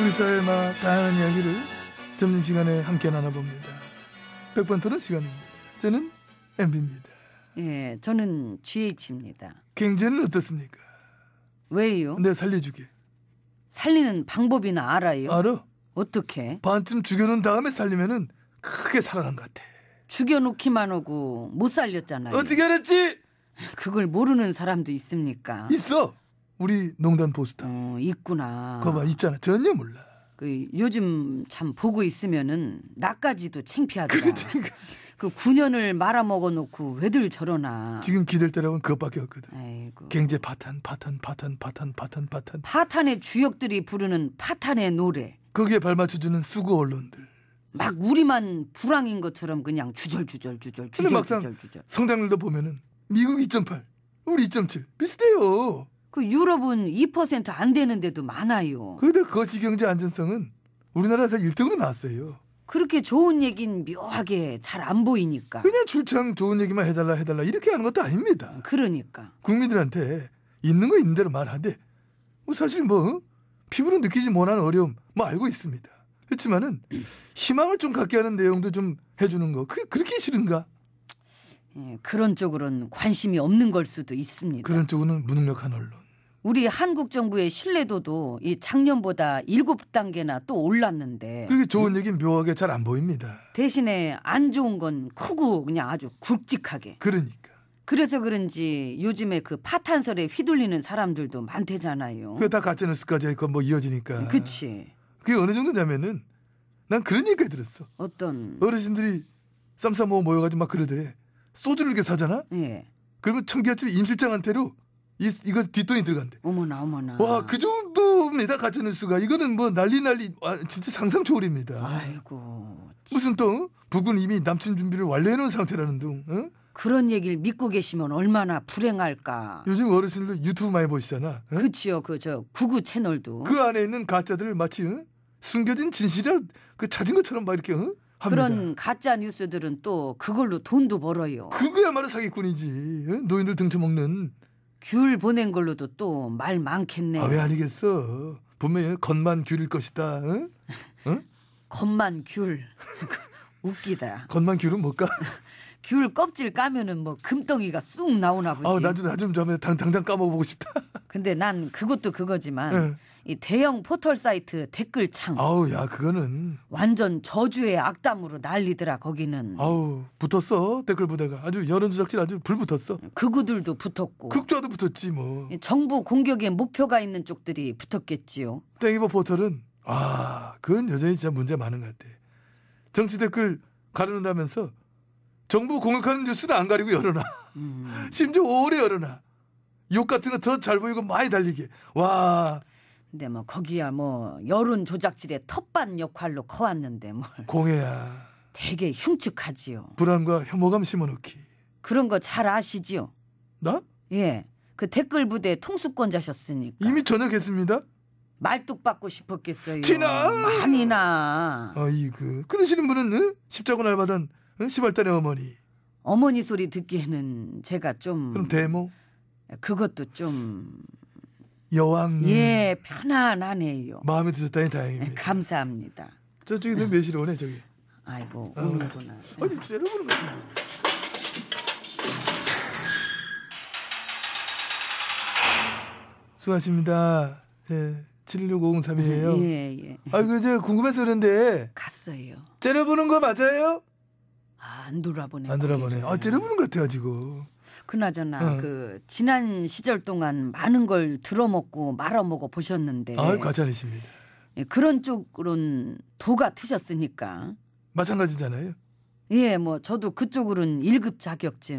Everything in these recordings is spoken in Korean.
우리 사회의 막 다양한 이야기를 점심시간에 함께 나눠봅니다. 백반토론 시간입니다. 저는 MB입니다. 예, 저는 GH입니다. 경제는 어떻습니까? 왜요? 내 살려주게. 살리는 방법이나 알아요? 알아? 어떻게? 반쯤 죽여놓은 다음에 살리면은 크게 살아난 것 같아. 죽여놓기만 하고 못 살렸잖아요. 어떻게 알았지? 그걸 모르는 사람도 있습니까? 있어. 우리 농단 보스타. 어, 있구나. 그거 봐 있잖아. 전혀 몰라. 그 요즘 참 보고 있으면은 나까지도 창피하더라. 그 9년을 말아먹어 놓고 왜들 저러나. 지금 기댈 때라고는 그것밖에 없거든. 아이고. 경제 파탄, 파탄, 파탄, 파탄, 파탄, 파탄. 파탄의 주역들이 부르는 파탄의 노래. 거기에 발맞춰주는 수구 언론들. 막 우리만 불황인 것처럼 그냥 주절주절 주절 근데 막상 주절 주절. 성장률도 보면은 미국 2.8, 우리 2.7 비슷해요. 그 유럽은 2%안 되는데도 많아요. 그런데 거시 경제 안전성은 우리나라에서 1등으로 나왔어요. 그렇게 좋은 얘긴 묘하게 잘 안 보이니까. 그냥 줄창 좋은 얘기만 해달라 해달라 이렇게 하는 것도 아닙니다. 그러니까. 국민들한테 있는 거 있는 대로 말하되 뭐 사실 뭐 피부로 느끼지 못하는 어려움 뭐 알고 있습니다. 그렇지만은 희망을 좀 갖게 하는 내용도 좀 해주는 거 그, 그렇게 싫은가? 예, 그런 쪽으로는 관심이 없는 걸 수도 있습니다. 그런 쪽은 무능력한 언론. 우리 한국 정부의 신뢰도도 이 작년보다 7단계나 또 올랐는데 그렇게 좋은 얘기 묘하게 잘 안 보입니다. 대신에 안 좋은 건 크고 그냥 아주 굵직하게. 그러니까 그래서 그런지 요즘에 그 파탄설에 휘둘리는 사람들도 많대잖아요. 그게 다 가짜 뉴스까지 있고 뭐 이어지니까. 그치. 그게 어느 정도냐면은 난 그런 얘기가 들었어. 어떤. 어르신들이 쌈싸모 모여가지고 막 그러더래. 소주를 이렇게 사잖아? 예. 그러면 청계아침 임실장한테로 이, 이거 뒷돈이 들어간대. 어머나 어머나. 와, 그 정도입니다. 가짜뉴스가. 이거는 뭐 난리 난리, 와, 진짜 상상 아. 초월입니다. 아이고. 무슨 또, 북은 이미 남친 준비를 완료해놓은 상태라는 둥. 어? 그런 얘기를 믿고 계시면 얼마나 불행할까. 요즘 어르신들 유튜브 많이 보시잖아. 어? 그치요, 그 저 구구 채널도 그 안에 있는 가짜들을 마치 어? 숨겨진 진실을 그 찾은 것처럼 막 이렇게 어? 합니다. 런 가짜 뉴스들은 또 그걸로 돈도 벌어요. 그거야말로 사기꾼이지. 어? 노인들 등쳐먹는. 귤 보낸 걸로도 또 말 많겠네. 아, 왜 아니겠어. 분명히 겉만 귤일 것이다. 어? 겉만 귤. 웃기다. 겉만 귤은 뭘까? 귤 껍질 까면은 뭐 금덩이가 쑥 나오나 보지. 아우 나도 나좀 좀 당, 당장 까먹어보고 싶다. 근데 난 그것도 그거지만 응. 이 대형 포털 사이트 댓글창 아우 야 그거는 완전 저주의 악담으로 난리더라 거기는. 아우 붙었어 댓글 보다가 아주 여론 조작질 아주 불 붙었어. 극우들도 붙었고. 극좌도 붙었지 뭐. 정부 공격에 목표가 있는 쪽들이 붙었겠지요. 땡이버 포털은 아 그건 여전히 진짜 문제 많은 것 같아. 정치 댓글 가려놓다면서 정부 공격하는 뉴스는 안 가리고 열어놔. 음, 심지어 오래 열어놔. 욕 같은 거 더 잘 보이고 많이 달리게. 와 근데 뭐 거기야 뭐 여론 조작질의 텃밭 역할로 커왔는데 뭘 공해야 되게 흉측하지요. 불안과 혐오감 심어놓기. 그런 거 잘 아시지요? 나 예. 그 댓글 부대 통수권자셨으니까 이미 전역했습니다. 말뚝 받고 싶었겠어요. 티나! 많이 나. 아이고 그러시는 분은 응? 십자군 알바던 응? 시발단의 어머니 어머니 소리 듣기에는 제가 좀 그럼 대모 그것도 좀 여왕님 예, 편안하네요. 예, 마음에 드셨다니 다행입니다 감사합니다. 저쪽에 있는 매실 오네 저기 아이고, 어. 오는구나. 아니 째려보는 것 같은데 수고하십니다 예, 7653이에요. 예, 예. 아, 그, 제가 궁금해서 그런데, 갔어요. 째려보는 거 맞아요? 아, 안 돌아보네. 안 들어보네. 고개를. 아, 째려보는 것 같아요, 지금. 그나저나 어. 그 지난 시절 동안 많은 걸 들어먹고 말아먹어 보셨는데 아유, 과찬이십니다. 예, 그런 쪽으론 도가 트셨으니까 마찬가지잖아요. 예, 뭐 저도 그쪽으론 1급 자격증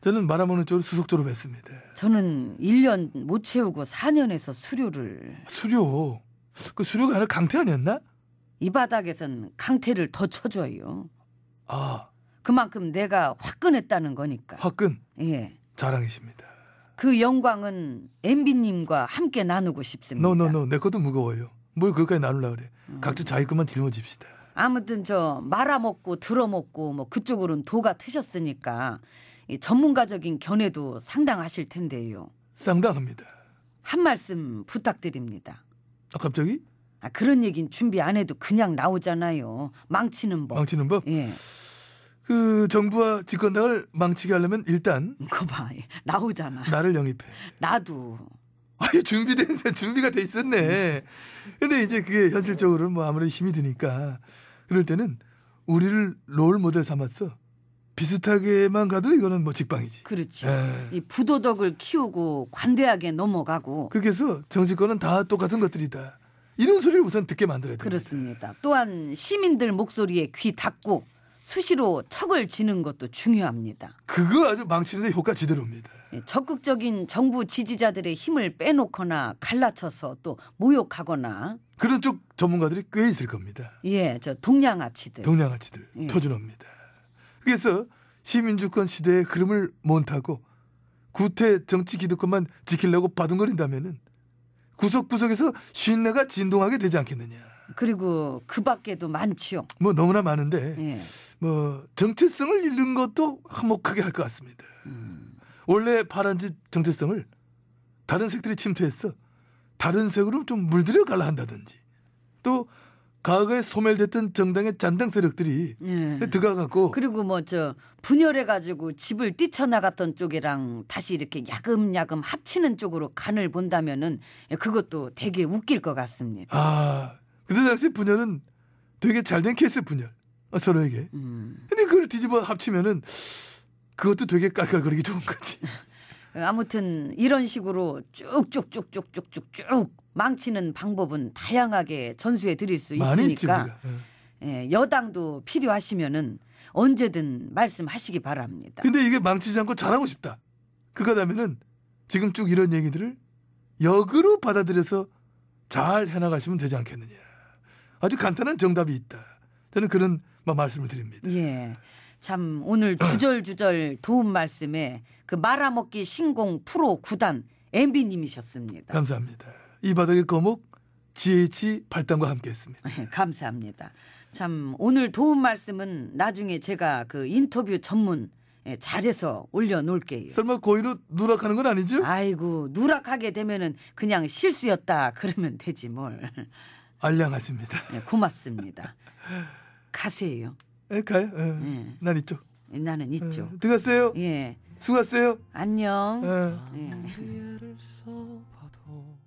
저는 말아먹는 쪽으로 수석 졸업했습니다. 저는 1년 못 채우고 4년에서 수료를 수료. 그 수료가 아니라 강퇴 아니었나? 이 바닥에선 강태를 더 쳐줘요. 아, 그만큼 내가 화끈했다는 거니까. 화끈. 예. 자랑이십니다. 그 영광은 엠비님과 함께 나누고 싶습니다. 어. 노노노 내 것도 무거워요. 뭘 그까지 나누려 그래. 각자 자기 것만 짊어집시다. 아무튼 저 말아먹고 들어먹고 뭐 그쪽으로는 도가 트셨으니까 이 전문가적인 견해도 상당하실 텐데요. 쌍당합니다. 한 말씀 부탁드립니다. 아, 갑자기 아, 그런 얘긴 준비 안 해도 그냥 나오잖아요. 망치는 법. 망치는 법? 예. 그 정부와 집권당을 망치게 하려면 일단 그거 봐. 예, 나오잖아. 나를 영입해. 나도. 아니 준비된 사- 준비가 돼 있었네. 근데 이제 그게 현실적으로 뭐 아무래도 힘이 드니까 그럴 때는 우리를 롤 모델 삼았어. 비슷하게만 가도 이거는 뭐 직방이지. 그렇죠. 예. 이 부도덕을 키우고 관대하게 넘어가고 그렇게 해서 정치권은 다 똑같은 것들이다. 이런 소리를 우선 듣게 만들어야 돼. 그렇습니다. 또한 시민들 목소리에 귀 닫고 수시로 척을 지는 것도 중요합니다. 그거 아주 망치는데 효과 지대로입니다. 예, 적극적인 정부 지지자들의 힘을 빼놓거나 갈라쳐서 또 모욕하거나 그런 쪽 전문가들이 꽤 있을 겁니다. 예, 저 동양아치들 동양아치들 예. 표준어입니다. 그래서 시민주권 시대의 흐름을 몬타고 구태 정치 기득권만 지키려고 바둥거린다면은 구석구석에서 쉰내가 진동하게 되지 않겠느냐. 그리고 그 밖에도 많지요. 뭐 너무나 많은데 예. 뭐 정체성을 잃는 것도 한몫하게 할 것 같습니다. 음. 원래 파란 집 정체성을 다른 색들이 침투해서 다른 색으로 좀 물들여 갈라 한다든지 또 과거에 소멸됐던 정당의 잔당 세력들이 예. 들어가갖고 그리고 뭐 저 분열해 가지고 집을 뛰쳐나갔던 쪽이랑 다시 이렇게 야금야금 합치는 쪽으로 간을 본다면은 예, 그것도 되게 웃길 것 같습니다. 아 그때 당시 분열은 되게 잘된 케이스 분열 어, 서로에게 음. 근데 그걸 뒤집어 합치면은 그것도 되게 깔깔거리기 좋은 거지 어, 아무튼 이런 식으로 쭉쭉쭉쭉쭉쭉쭉 망치는 방법은 다양하게 전수해 드릴 수 많이 있지 있으니까 우리가 어. 예, 여당도 필요하시면은 언제든 말씀하시기 바랍니다. 근데 이게 망치지 않고 잘하고 싶다. 그거라면은 지금 쭉 이런 얘기들을 역으로 받아들여서 잘 해나가시면 되지 않겠느냐. 아주 간단한 정답이 있다. 저는 그런 마- 말씀을 드립니다. 예. 참 오늘 주절주절 도움 말씀에 그 말아먹기 신공 프로 구단 MB 님이셨습니다. 감사합니다. 이 바닥의 거목 GH 발단과 아, 함께했습니다. 예, 감사합니다. 참 오늘 도움 말씀은 나중에 제가 그 인터뷰 전문 예, 잘해서 올려 놓을게요. 설마 고의로 누락하는 건 아니죠? 예. 아이고 누락하게 되면은 그냥 실수였다 그러면 되지 뭘. 알량하십니다. 예, 고맙습니다. 가세요. 에, 가요. 에, 예. 난 이쪽. 예, 나는 에, 있죠. 들어가세요. 예. 수고하세요. 안녕. 어. 에. 예. 예를 써봐도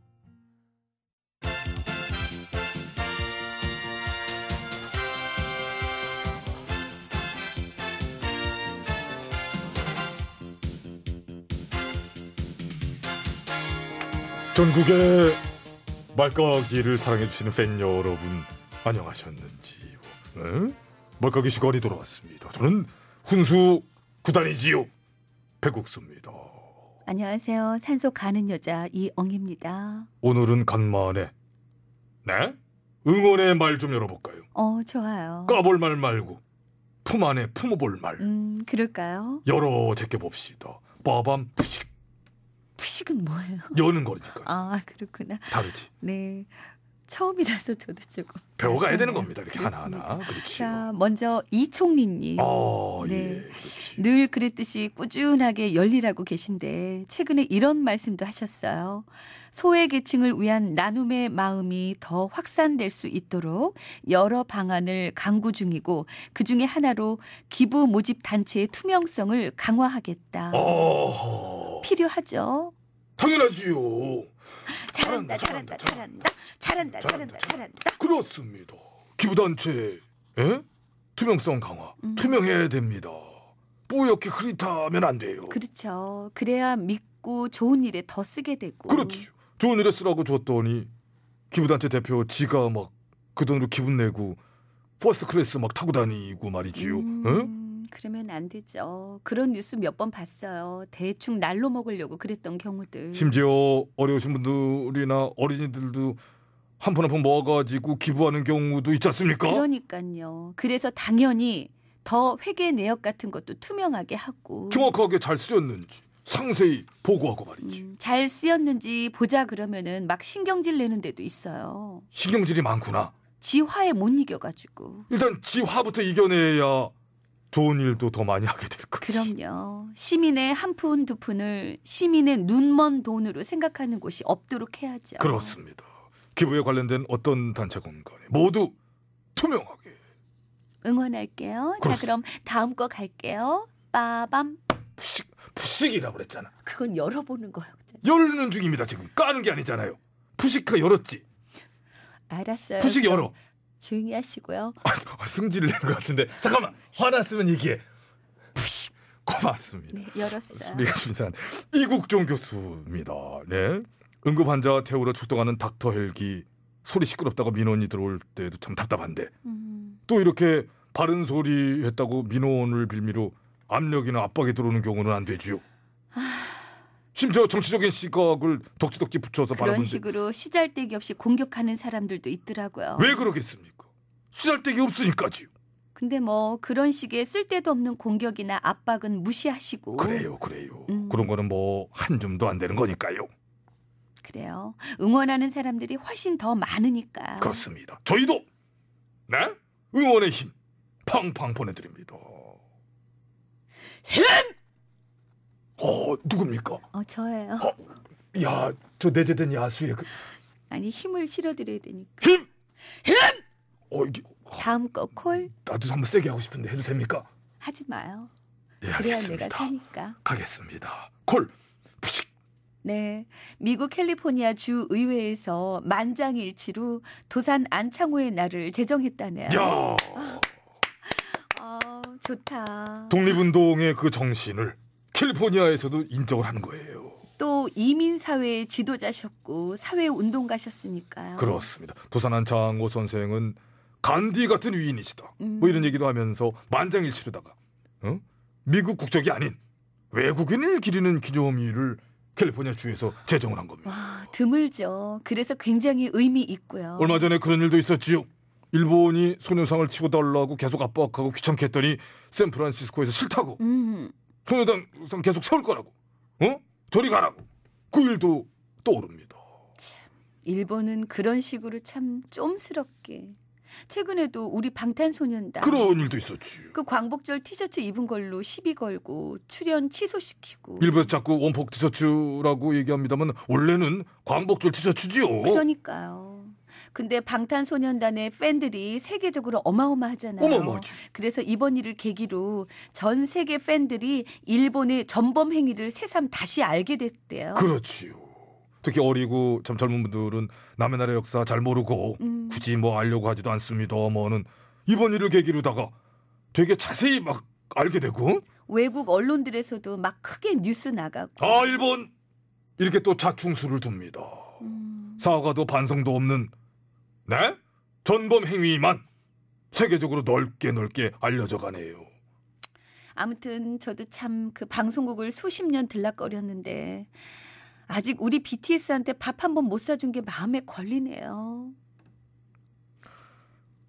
전국의 말까기를 사랑해주시는 팬 여러분 안녕하셨는지요? 네? 말까기 시간이 돌아왔습니다. 저는 훈수 구단이지요. 백국수입니다. 안녕하세요. 산소 가는 여자 이엉입니다. 오늘은 간만에 네? 응원의 말 좀 열어볼까요? 어, 좋아요. 까볼 말 말고 품 안에 품어볼 말 음, 그럴까요? 열어 제껴봅시다. 빠밤 푸식 푸식은 뭐예요? 여는 거리니까 아, 그렇구나. 다르지. 네. 처음이라서 저도 조금 배워가야 되는 낯설네요. 겁니다. 이렇게 아, 하나하나 그렇지요. 자, 먼저 이총리님. 아 예, 네. 그렇지. 늘 그랬듯이 꾸준하게 열일하고 계신데 최근에 이런 말씀도 하셨어요. 소외 계층을 위한 나눔의 마음이 더 확산될 수 있도록 여러 방안을 강구 중이고 그 중에 하나로 기부 모집 단체의 어? 아, 투명성을 강화하겠다. 어허. 필요하죠. 당연하지요. 잘한다, 잘한다, 잘한다, 잘한다, 잘한다, 잘한다. 그렇습니다. 기부단체 예? 투명성 강화 투명해야 됩니다. 뿌옇게 흐릿하면 안 돼요. 그렇죠. 그래야 믿고 좋은 일에 더 쓰게 되고. 그렇지요. 좋은 일에 쓰라고 줬더니 기부단체 대표 지가 막 그 돈으로 기분 내고 퍼스트 클래스 막 타고 다니고 말이지요. 응? 음, 그러면 안 되죠. 그런 뉴스 몇 번 봤어요. 대충 날로 먹으려고 그랬던 경우들. 심지어 어려우신 분들이나 어린이들도 한 푼 한 푼 모아가지고 기부하는 경우도 있지 않습니까? 그러니까요. 그래서 당연히 더 회계 내역 같은 것도 투명하게 하고 정확하게 잘 쓰였는지 상세히 보고하고 말이지. 음, 잘 쓰였는지 보자 그러면은 막 신경질 내는 데도 있어요. 신경질이 많구나. 지화에 못 이겨가지고. 일단 지화부터 이겨내야 좋은 일도 더 많이 하게 될 거지. 그럼요. 시민의 한 푼 두 푼을 시민의 눈먼 돈으로 생각하는 곳이 없도록 해야죠. 그렇습니다. 기부에 관련된 어떤 단체건 간에 모두 투명하게. 응원할게요. 자 그럼 다음 거 갈게요. 빠밤. 부식이라고 그랬잖아. 그건 열어보는 거예요. 열는 중입니다 지금. 까는 게 아니잖아요. 부식가 열었지. 알았어요. 부식 열어. 조용히 하시고요. 아, 승질을 낸 것 같은데 잠깐만 화났으면 얘기해. 부식. 고맙습니다. 네, 열었어요. 우리가 준비한 이국종 교수입니다. 네. 응급 환자 태우러 출동하는 닥터 헬기 소리 시끄럽다고 민원이 들어올 때도 참 답답한데 음. 또 이렇게 바른 소리 했다고 민원을 빌미로 압력이나 압박이 들어오는 경우는 안 되지요. 아. 심지어 정치적인 시각을 덕지덕지 붙여서 그런 바라보는 식으로 시잘데기 없이 공격하는 사람들도 있더라고요. 왜 그러겠습니까? 수잘데기 없으니까지요. 근데 뭐 그런 식의 쓸데도 없는 공격이나 압박은 무시하시고 그래요, 그래요. 그런 거는 뭐 한 줌도 안 되는 거니까요. 그래요. 응원하는 사람들이 훨씬 더 많으니까. 그렇습니다. 저희도 네 응원의 힘 팡팡 보내드립니다. 힘! 어 누굽니까? 어 저예요. 야저 내재된 야수의 그 아니 힘을 실어드려야 되니까. 힘! 힘! 어 이게 다음 거 콜 나도 한번 세게 하고 싶은데 해도 됩니까? 하지 마요. 예 그래야 알겠습니다. 내가 사니까. 가겠습니다. 콜 네. 미국 캘리포니아 주 의회에서 만장일치로 도산 안창호의 날을 제정했다네요. 야! 어, 좋다. 독립운동의 그 정신을 캘리포니아에서도 인정을 하는 거예요. 또 이민 사회의 지도자셨고 사회 운동가셨으니까요. 그렇습니다. 도산한 장호 선생은 간디 같은 위인이시다. 음. 뭐 이런 얘기도 하면서 만장일치로다가 어? 미국 국적이 아닌 외국인을 기리는 기념일을 캘리포니아 주에서 제정을 한 겁니다. 아, 드물죠. 그래서 굉장히 의미 있고요. 얼마 전에 그런 일도 있었지요. 일본이 소녀상을 치고 달라고 계속 압박하고 귀찮게 했더니 샌프란시스코에서 싫다고 음. 소녀상상 계속 세울 거라고 어? 저리 가라고 그 일도 떠오릅니다. 일본은 그런 식으로 참 쫌스럽게 최근에도 우리 방탄소년단 그런 일도 있었지요. 그 광복절 티셔츠 입은 걸로 시비 걸고 출연 취소시키고 일부에서 자꾸 원복 티셔츠라고 얘기합니다만 원래는 광복절 티셔츠지요. 어? 그러니까요. 근데 방탄소년단의 팬들이 세계적으로 어마어마하잖아요. 어마어마하죠. 그래서 이번 일을 계기로 전 세계 팬들이 일본의 전범 행위를 새삼 다시 알게 됐대요. 그렇지요. 특히 어리고 참 젊은 분들은 남의 나라 역사 잘 모르고 음. 굳이 뭐 알려고 하지도 않습니다. 뭐는 이번 일을 계기로다가 되게 자세히 막 알게 되고 외국 언론들에서도 막 크게 뉴스 나가고 아 일본 이렇게 또 자충수를 둡니다. 사과도 반성도 없는 네 전범 행위만 세계적으로 넓게 넓게 알려져 가네요. 아무튼 저도 참 그 방송국을 수십 년 들락거렸는데 아직 우리 BTS한테 밥 한 번 못 사준 게 마음에 걸리네요.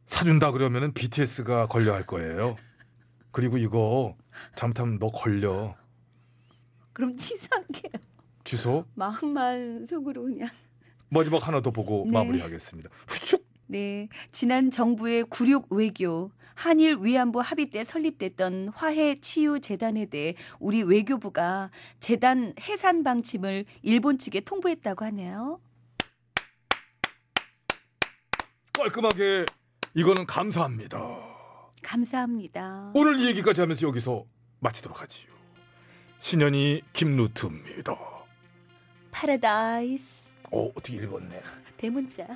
사준다 그러면은 BTS가 걸려 할 거예요. 그리고 이거 잠탐 너 걸려 그럼 치사하게 취소 마음만 속으로 그냥. 어, 마지막 하나 더 보고 네. 마무리하겠습니다. 후축 네, 지난 정부의 굴욕 외교, 한일 위안부 합의 때 설립됐던 화해 치유 재단에 대해 우리 외교부가 재단 해산 방침을 일본 측에 통보했다고 하네요. 깔끔하게 이거는 감사합니다. 감사합니다. 오늘 이 얘기까지 하면서 여기서 마치도록 하지요. 신현이 김루트입니다. 파라다이스. 어, 어떻게 읽었네. 대문자.